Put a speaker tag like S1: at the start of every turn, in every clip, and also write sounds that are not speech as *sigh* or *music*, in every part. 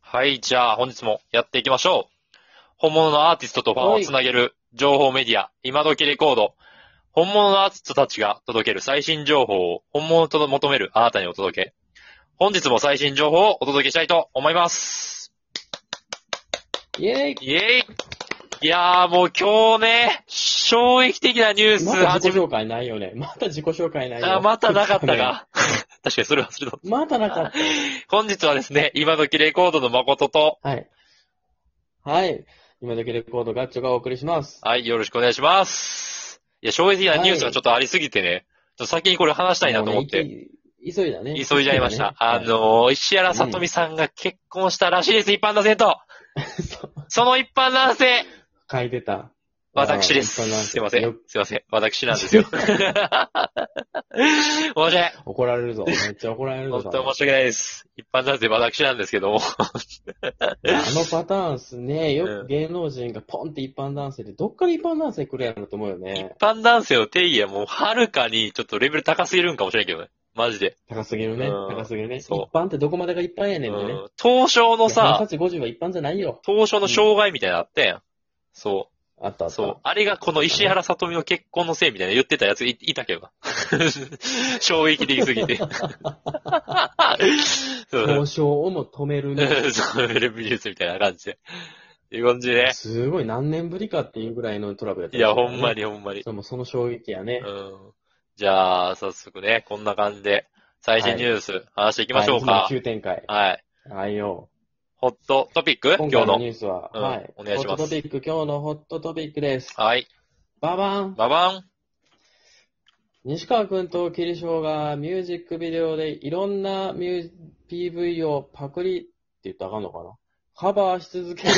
S1: はい、じゃあ本日もやっていきましょう。本物のアーティストとファンをつなげる情報メディア、今時レコード。本物のアーティストたちが届ける最新情報を本物と求めるあなたにお届け。本日も最新情報をお届けしたいと思います。
S2: イェーイ
S1: イェイいやーもう今日ね、衝撃的なニュース
S2: また
S1: 始
S2: 自己
S1: め、
S2: 紹介ないよね。また自己紹介ないよ。
S1: あ、またなかった。か。 *laughs* 確かにそれはそれだ。
S2: またなかっ
S1: 本日はですね、今時レコードの誠と、
S2: た。はい。はい。今時レコードガッチョがお送りします。
S1: はい、よろしくお願いします。いや、衝撃的なニュースがちょっとありすぎてね、ちょっと先にこれ話したいなと思って、
S2: もうね。いき急いだね。
S1: 急いじゃいました。あ
S2: 急いだね、
S1: のー、石原さとみさんが結婚したらしいです、一般男性と。
S2: そう
S1: その一般男性、
S2: 書いてた。
S1: 私で
S2: あー一般男性
S1: す。すいませ
S2: よ
S1: ん
S2: く。
S1: すいません。私
S2: *laughs*
S1: なんですよ。申し訳ない。
S2: 怒られるぞ。めっちゃ怒られるぞ。
S1: 本当申し訳ないです。一般男性、私なんですけども。
S2: あのパターンっすね。よ
S1: うん
S2: く芸能人がポンって一般男性で、どっから一般男性来るやろと思うよ
S1: 一
S2: ね。
S1: 般男性の定義はもう、はるかにちょっとレベル高すぎるんかもしれないけどね。マジで。
S2: 高すぎるね。
S1: うん
S2: 高すぎるね。一
S1: そう
S2: 般ってどこまでが一般や
S1: う
S2: ねんでね。
S1: ん。東証の
S2: いや
S1: さ、
S2: 偏差値50は一般じゃないよ。
S1: 当初の障害みたいなのあってん。そ
S2: あったあ
S1: う。
S2: った。
S1: そう。あれがこの石原さとみの結婚のせいみたいな言ってたやついいたけどな。 *laughs* 衝撃的すぎて。 *laughs* そう。
S2: 交渉をも止めるね。
S1: そう、ウェブニュースみたいな感じで。っていう感じでね。
S2: すごい何年ぶりかっていうぐらいのトラブルやった、
S1: いや、ほんま。にほんまに。
S2: そうもうその衝撃やね
S1: う。ん。じゃあ、早速ね、こんな感じで、最新ニュース、話していきましょう
S2: はいい
S1: か
S2: つ。もの急展開。
S1: はい。
S2: はいよ。
S1: ホットトピック
S2: 今
S1: 今
S2: 回
S1: 日
S2: の
S1: の
S2: ニ。ュースは、
S1: うん
S2: はい。
S1: お願いします
S2: ホットトピック、今日のホットトピックです。
S1: はい。
S2: ババン
S1: ババン。
S2: 西川くんと桐翔がミュージックビデオでいろんなミュー PV をパクリって言ったらあかんのかなカバーし
S1: *laughs*
S2: 続ける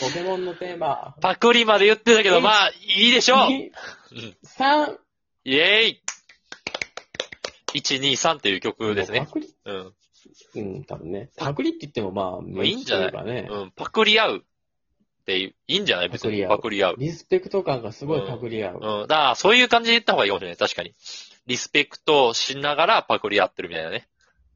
S2: ポケモンのテーマ。
S1: パクリまで言ってたけど、まあ、いいでしょう
S2: に
S1: うん
S2: 三
S1: イェーイ !123 っていう曲です
S2: もう
S1: ね
S2: パ。クリ
S1: うん。
S2: うん、多分ね。パクリって言ってもまあ、
S1: ういいんじゃない
S2: 名詞とうかね。
S1: うん。パクリ合うっていう、いいんじゃない別に。パ
S2: パ
S1: ク
S2: ク
S1: リ合う。
S2: リスペクト感がすごいパクリ合う。
S1: うん。だから、そういう感じで言った方がいいかもしれない。確かに。リスペクトしながらパクリ合ってるみたいなね。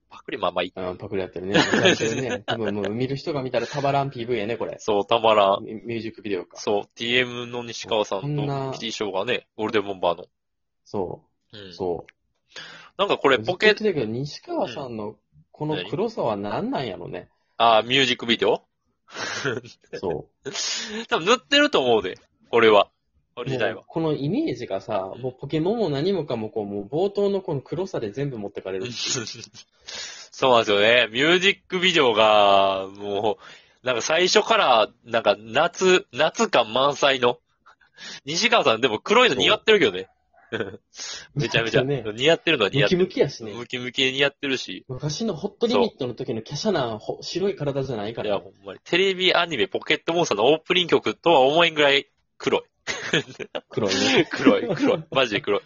S1: パクリ、まあまあいい。
S2: うん、パクリ合っ
S1: *laughs*
S2: てるね。やってるね。多分もう見る人が見たらたまらん PV やね、これ。
S1: そう、たまらん。
S2: ミミュージックビデオか。
S1: そう、TM の西川さん
S2: そんな
S1: とキティショーがね、ゴールデンボンバーの。
S2: そうう。
S1: ん。
S2: そう。
S1: なんかこれ、ポケ
S2: ずっと言ってたけど、西川さんのこの黒さは何なんやろね。
S1: あー、ミュージックビデオ *laughs*
S2: そ
S1: 多分塗ってると思うで。これは。こ
S2: う。
S1: れ自体
S2: も
S1: は
S2: う。このイメージがさ、もうポケモンも何もかもこう、もう冒頭のこの黒さで全部持ってかれる。
S1: そうなんですよね。ミュージックビデオが、もう、なんか最初から、なんか夏、夏感満載の。西川さんでも黒いの似合ってるけどね。めちゃめちゃ。
S2: めっちゃ
S1: 似合ってるのは似
S2: ム
S1: 合って
S2: キ
S1: る。
S2: ムキやしね。
S1: ムキムキで似合ってるし。
S2: 昔のホットリミットの時の華奢なほ白い体じゃないか
S1: いや、
S2: ら。
S1: ほんまに。テレビアニメポケットモンスターのオープニング曲とは思えんぐらい
S2: *laughs*
S1: 黒い。
S2: 黒いね。
S1: 黒い、黒い。マジで黒い。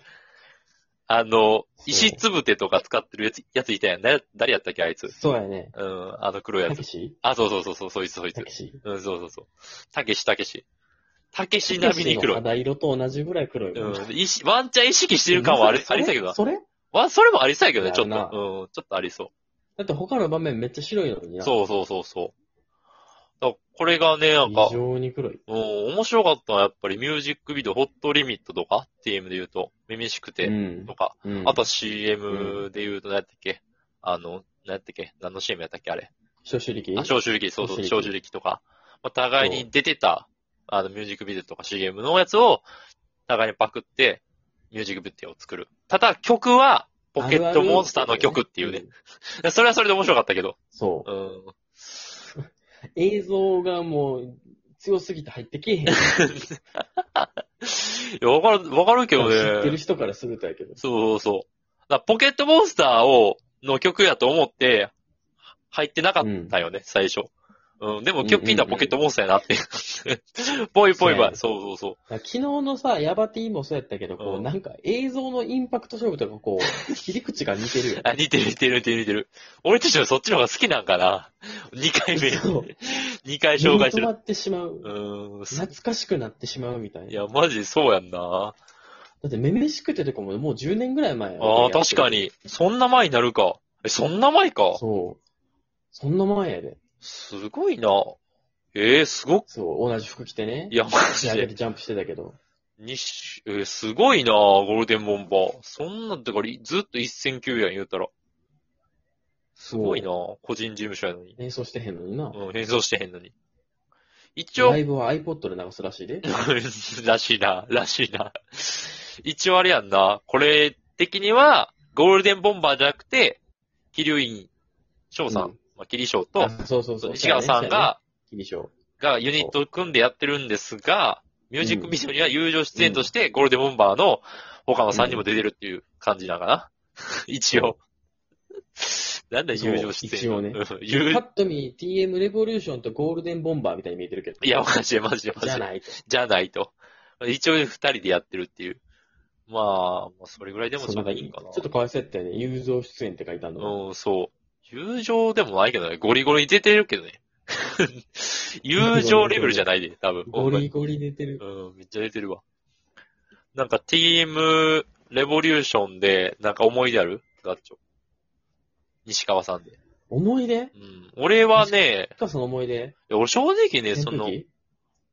S1: あの、石つぶてとか使ってるやつ、やついたやん。誰誰やったっけ、あいつ。
S2: そうやね。
S1: うん、あの黒い
S2: タ
S1: や
S2: ケ
S1: つ。
S2: シ
S1: あ、そうそうそう、そうそいつ、そいつ
S2: タ。ケシ
S1: うん、そうそうそう。たけし、たけし。たけし並みに黒い。
S2: 肌色と同じぐらい黒い。
S1: うん、意識ワンチャン意識してる感はあり
S2: そ
S1: あ
S2: れ
S1: りそうやけどな。
S2: それ
S1: わ、それもありそうやけどね、
S2: や
S1: ちょ
S2: る
S1: っ
S2: な
S1: と。うん、ちょっとありそ
S2: だって他の場面めっちゃ白いのに
S1: う。
S2: な。
S1: そうそうそうそう。だからこれがね、なんか
S2: 非、常に黒い。
S1: うん、面白かったのはやっぱりミュージックビデオ、ホットリミットとか、TM で言うと、めめしくて
S2: ん
S1: とか、
S2: うん
S1: あとは CM で言うと何やったっけ、あの、何やったっけ何の CM やったっけあれ。
S2: 消臭力
S1: あ、消臭力、そうそう、消
S2: 消
S1: 臭
S2: 臭
S1: 力とか、まあ、互いに出てた、あの、ミュージックビデオとか CM のやつを、互いにパクって、ミュージックビデオを作る。ただ、曲は、ポケットモンスターの曲っていうね。。
S2: ん
S1: それはそれで面白かったけど。
S2: そうう。
S1: ん。
S2: 映像がもう強すぎて入ってけえへん。
S1: いや、わかる、わかるけ
S2: 知
S1: ど
S2: ってる
S1: ね。
S2: 人からするとやけど。
S1: そうそうそう。だからポケットモンスターを、の曲やと思って、入ってなかったよね、最初。うん、でも曲聴いたらポケットモンスターやなって。 *laughs* ぽいぽいぽい。そうそうそう。
S2: 昨日のさ、ヤバティもそうやったけど、こ
S1: う
S2: うんなんか映像のインパクト勝負とかこ
S1: *laughs*
S2: う、切り口が似てるよ。
S1: あ、似てる似てる似てる似てる。俺たちはそっちの方が好きなんかな。2回 *laughs* 目。 *laughs*
S2: そう
S1: 2回紹介して
S2: 止ま
S1: る。
S2: ってしまう
S1: う。ーんす。
S2: 懐かしくなってしまうみたい
S1: い
S2: な。
S1: や、マジそうやんな。
S2: だって、めめしくてとかももう10年ぐらい前やろ
S1: ああ、確か。に。そんな前になるか。え、そんな前か。
S2: そう。そんな前やで。
S1: すごいな。ええすごっ。
S2: そう、同じ服着てね。
S1: いや、マ
S2: 仕
S1: ジ
S2: 上げ
S1: で。
S2: てジャンプしてたけど。
S1: にし、えーすごいなゴールデンボンバー。そんな、だから、ずっと1900円言うたら。すごいな個人事務所やのに。
S2: 演奏してへんのにな。
S1: うん、変装してへんのに。一応
S2: ラ、イブは iPod で流すらしいで。
S1: *laughs* らしいな、らしいな。一応あれやんな。これ的には、ゴールデンボンバーじゃなくて、キリュウイン、ショウさん、
S2: うん
S1: まあ、キリショウと
S2: あ、そうそうそう。
S1: 西川さんが、
S2: そうやね、そうやねキリショー
S1: がユニットを組んでやってるんですが、ミュージックビデオには友情出演として、ゴールデンボンバーの他の3人も出てるっていう感じなのかな、 *laughs* 一
S2: *laughs*
S1: 応。なんだ友情出演。
S2: 一応ね
S1: うん *laughs* 友
S2: パッと見 TM レボリューションとゴールデンボンバーみたいに見えてるけど。
S1: いや、マジでマジでマジで。
S2: じゃないと。
S1: じゃないと。一応二人でやってるっていう。まあ、まあそれぐらいでも
S2: そう
S1: ちょ
S2: な
S1: うんど
S2: か
S1: いいんかな。
S2: ちょっとかわいそうやったよね。友情出演って書いてあるの。
S1: うん、そう。友情でもないけどね。ゴリゴリに出てるけどね。 *laughs* 友情レベルじゃないで、多分。
S2: ゴリゴリ出てる。
S1: うん、めっちゃ出てるわ。なんか、ティームレボリューションで、なんか思い出あるガッチョ。西川さんで。
S2: 思い出
S1: うん。俺はね、
S2: かその思い出
S1: いや俺正直ね、
S2: 扇
S1: そ
S2: 風
S1: の、
S2: 機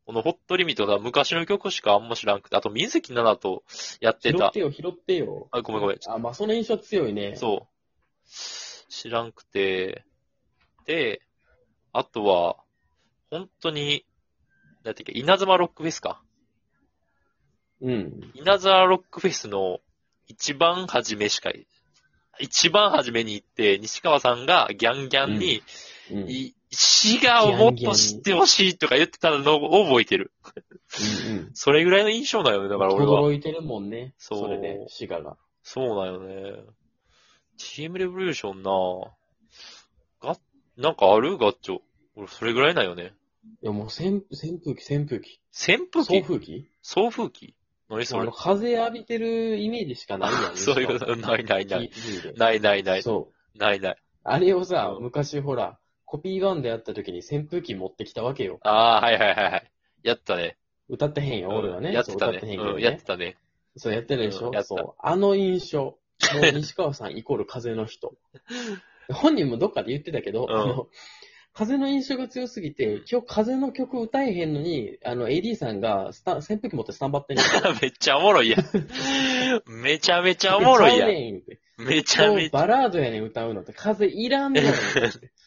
S1: このホットリミットが昔の曲しかあんま知らんくて、あと水木奈々とやって。
S2: 拾ったてよ、拾ってよ。
S1: あ、ごめんごめん。
S2: あ、まあその印象強いね。
S1: そう。知らんくて、で、あとは、本当に、なんていうか、稲妻ロックフェスか。
S2: う。うん。
S1: 稲沢ロックフェスの一番初めしか、一番初めに行って、西川さんがギャンギャンに、
S2: うん。うん
S1: い滋賀をもっと知ってほしいとか言ってたのを覚えてる。
S2: うん。
S1: それぐらいの印象だよね、だから俺は。
S2: 驚いてるもんね。
S1: そう
S2: それで、滋賀が。
S1: そうだよね。チームレボリューションなが、なんかあるガッチョ。俺、それぐらいだよね。
S2: いやもう扇扇風機、扇風機。
S1: 扇風
S2: 送
S1: 機
S2: 風機
S1: 送風機何そ
S2: あ
S1: れ
S2: の、風浴びてるイメージしかないやん。
S1: *laughs* そういうことないないない。
S2: 聞いてみて
S1: ないないない。
S2: そう。
S1: ないない。
S2: あれをさ、昔ほら、コピーバンドやった時に扇風機持ってきたわけよ。
S1: ああ、はいはいはいはい。やったね。
S2: 歌ってへんよ、俺は
S1: う
S2: ね。
S1: んやってた
S2: そう歌
S1: ね。
S2: ってへんけど
S1: うん、やってたね。 *laughs*
S2: そう、やってるでしょ、
S1: うんやってた
S2: そう。あの印象。もう西川さんイコール風
S1: *laughs*
S2: の人。本人もどっかで言ってたけど、
S1: うん
S2: あの、風の印象が強すぎて、今日風の曲歌えへんのに、あの、AD さんがスタン、扇風機持ってスタンバってんの。
S1: めっちゃおもろい
S2: *laughs*
S1: やん。めちゃめ *laughs* ちゃおもろいや。
S2: ちゃうんねんって
S1: めちゃ
S2: 今日
S1: めちゃ、
S2: バラードやねん歌うのって、風いらんねん。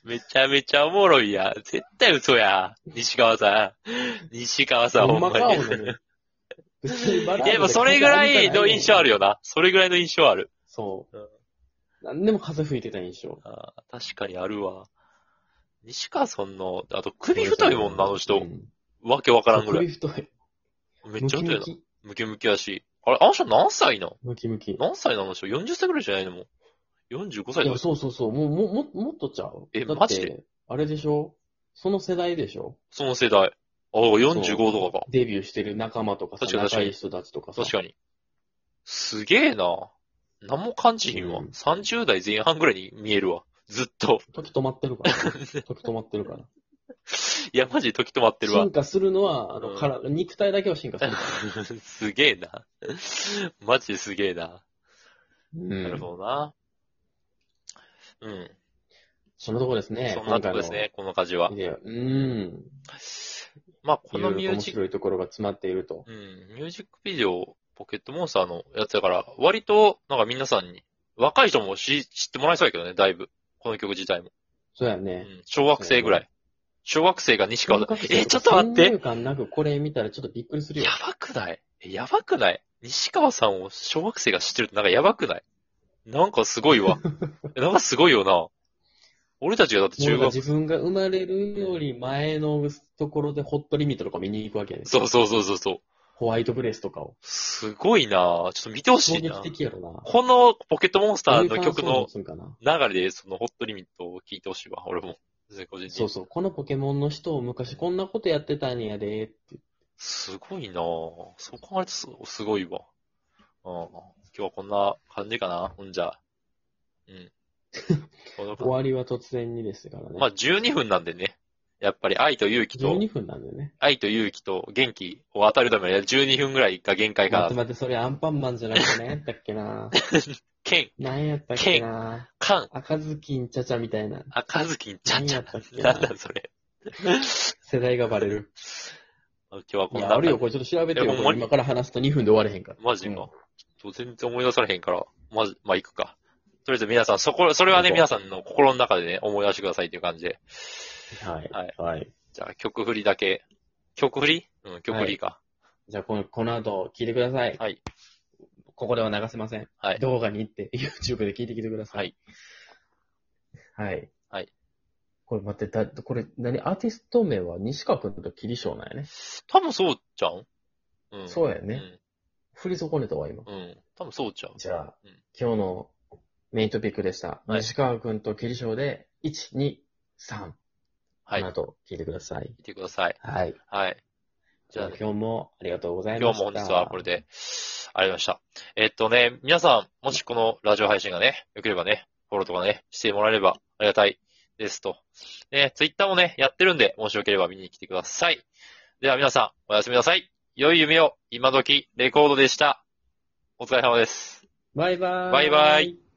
S1: めちゃめちゃおもろいやん。絶対嘘や。西川さん。西川さん、ほんまに。
S2: ほんまかお前別に
S1: *laughs*
S2: バラード
S1: いや、でもそれぐらいの印象ある
S2: よ。
S1: よな。それぐらいの印象ある。。
S2: そううんなんでも風吹いてた印象。
S1: あー確かにあるわ。西川さんの、あと首太いもんな、あの
S2: う
S1: 人。
S2: ん
S1: わけわからんぐらい。
S2: 首太い。
S1: めっちゃ太い
S2: ム
S1: な。
S2: キ
S1: ムキムキやし。あれ、あの人何歳なの
S2: ムキムキ。ムキ
S1: 何歳なの人 ?40 歳ぐらいじゃないのもう。45歳
S2: い
S1: と
S2: や、
S1: か。
S2: そうそうそう。もう、もう、もっともっとちゃう
S1: え
S2: だって
S1: マジで
S2: あれでしょその世代でしょ
S1: その世代。ああ、45とかか。
S2: デビューしてる仲間とかさ、
S1: 確かに確か
S2: 仲
S1: に
S2: いい人たちとかさ。
S1: 確かに。すげえな。何も感じひんわ。
S2: うん
S1: 30代前半ぐらいに見えるわ。ずっと。
S2: 時止まってるから。
S1: *laughs*
S2: 時止まってるから。
S1: いや、マジで時止まってるわ
S2: 進。化するのは、あ
S1: う
S2: の、
S1: ん
S2: から肉体だけは進
S1: *laughs*
S2: 化する。
S1: すげえな。マジですげえな。
S2: うん
S1: なるほどな。うん。
S2: そのとこですね。
S1: そんなとこですね、この感じ
S2: 今
S1: は
S2: 回の。ビデオ。うん。
S1: まあ、こ
S2: こ
S1: の
S2: の
S1: ミュー
S2: 面
S1: ジック、
S2: 白いところが詰まっていると。
S1: うん、ミュージックビデオ、ポケットモンスターのやつだから、割と、なんか皆さんに、若い人も知知ってもらいそうやけどね、だいぶ。この曲自体も。
S2: そうや
S1: う
S2: ね。
S1: ん、小学生ぐらい。小学生が西川さん。え、ちょっと待っ
S2: 先
S1: て
S2: 入観なくこれ見たらちょっとびっくりするよ
S1: や。ばくないえやばくない西川さんを小学生が知ってるってなんかやばくないなんかすご
S2: *laughs*
S1: いわ。えなんかすごいよな。俺たちがだって
S2: もう
S1: 中
S2: なん
S1: 学
S2: か自分が生まれるより前のところでホットリミットとか見に行くわけやね。
S1: そうそうそうそうそう。
S2: ホワイトブレスとかを。
S1: すごいなちょっと見てほし
S2: 衝
S1: いな
S2: 撃。的やろな。
S1: このポケットモンスターの
S2: どういう感
S1: 曲
S2: 想
S1: の
S2: 持つんかな
S1: 流れで、そのホットリミットを聞いてほしいわ、俺も。個人的に
S2: そうそう。このポケモンの人を昔こんなことやってたんやでって。
S1: すごいなぁ。そう考えるとすすごいわ。うん。今日はこんな感じかな。ほんじゃ。
S2: *laughs*
S1: うん。この
S2: 終わりは突然にですからね。
S1: まあ、12分なんでね。やっぱり愛と勇気と、
S2: 12分なんだよね。
S1: 愛と勇気と元気を与えるためには12分ぐらいが限界
S2: 待っ
S1: か
S2: て
S1: な。 *laughs*
S2: 待って、それアンパンマンじゃなくて何やったっけな
S1: 剣、
S2: 何やったっけな
S1: 缶、
S2: 赤ずきんちゃちゃみたいな。
S1: 赤ずきん、ちゃんちゃん。
S2: 何やったっけな
S1: なんだそれ。
S2: 世代がバレる。
S1: 今日はこ
S2: い
S1: ん
S2: や、
S1: な
S2: あ
S1: んだ
S2: るよ、これちょっと調べて
S1: いやほんま
S2: よ。
S1: に
S2: 今から話すと2分で終われへんから。
S1: マジ
S2: うん
S1: か。ちょっと全然思い出されへんから、まじ、まあ、行くか。とりあえず皆さん、そこ、それはね、
S2: 行こう
S1: 皆さんの心の中でね、思い出してくださいっていう感じで。
S2: はい。
S1: はい。
S2: はい。
S1: じゃあ、曲振りだけ。曲振りうん、曲振りか。
S2: じゃあこの、この後、聞いてください。
S1: はい。
S2: ここでは流せません。
S1: はい
S2: 動画に行って、YouTube *laughs* で聞いてきてください。はい。はい。
S1: はい
S2: これ待って、だ、これ、何アーティスト名は西川くんとキリショウなんやね。
S1: 多分そうじゃんうん。
S2: そうや
S1: う
S2: ね。振り損ねたわ、今。
S1: ん。うん。多分そうじゃん。
S2: じゃあ、
S1: うん
S2: 今日のメイントピックでした。
S1: はい
S2: 西川くんとキリショウで、1、2、3。
S1: はい
S2: この。後、聞いてください。
S1: 見てください。
S2: はい。
S1: はい。じゃあね、
S2: 今日もありがとうござい
S1: 今
S2: ま
S1: 日
S2: した。
S1: も本日はこれ。で、ありがとうございました。えっとね、皆さん、もしこのラジオ配信がね、良ければね、フォローとかね、してもらえればありがたいですと。ね、ツイッターもね、やってるんで、もしよければ見に来てください。では皆さん、おやすみなさい。良い夢を、今時、レコードでした。お疲れ様です。
S2: バイバイ。
S1: バイバイ。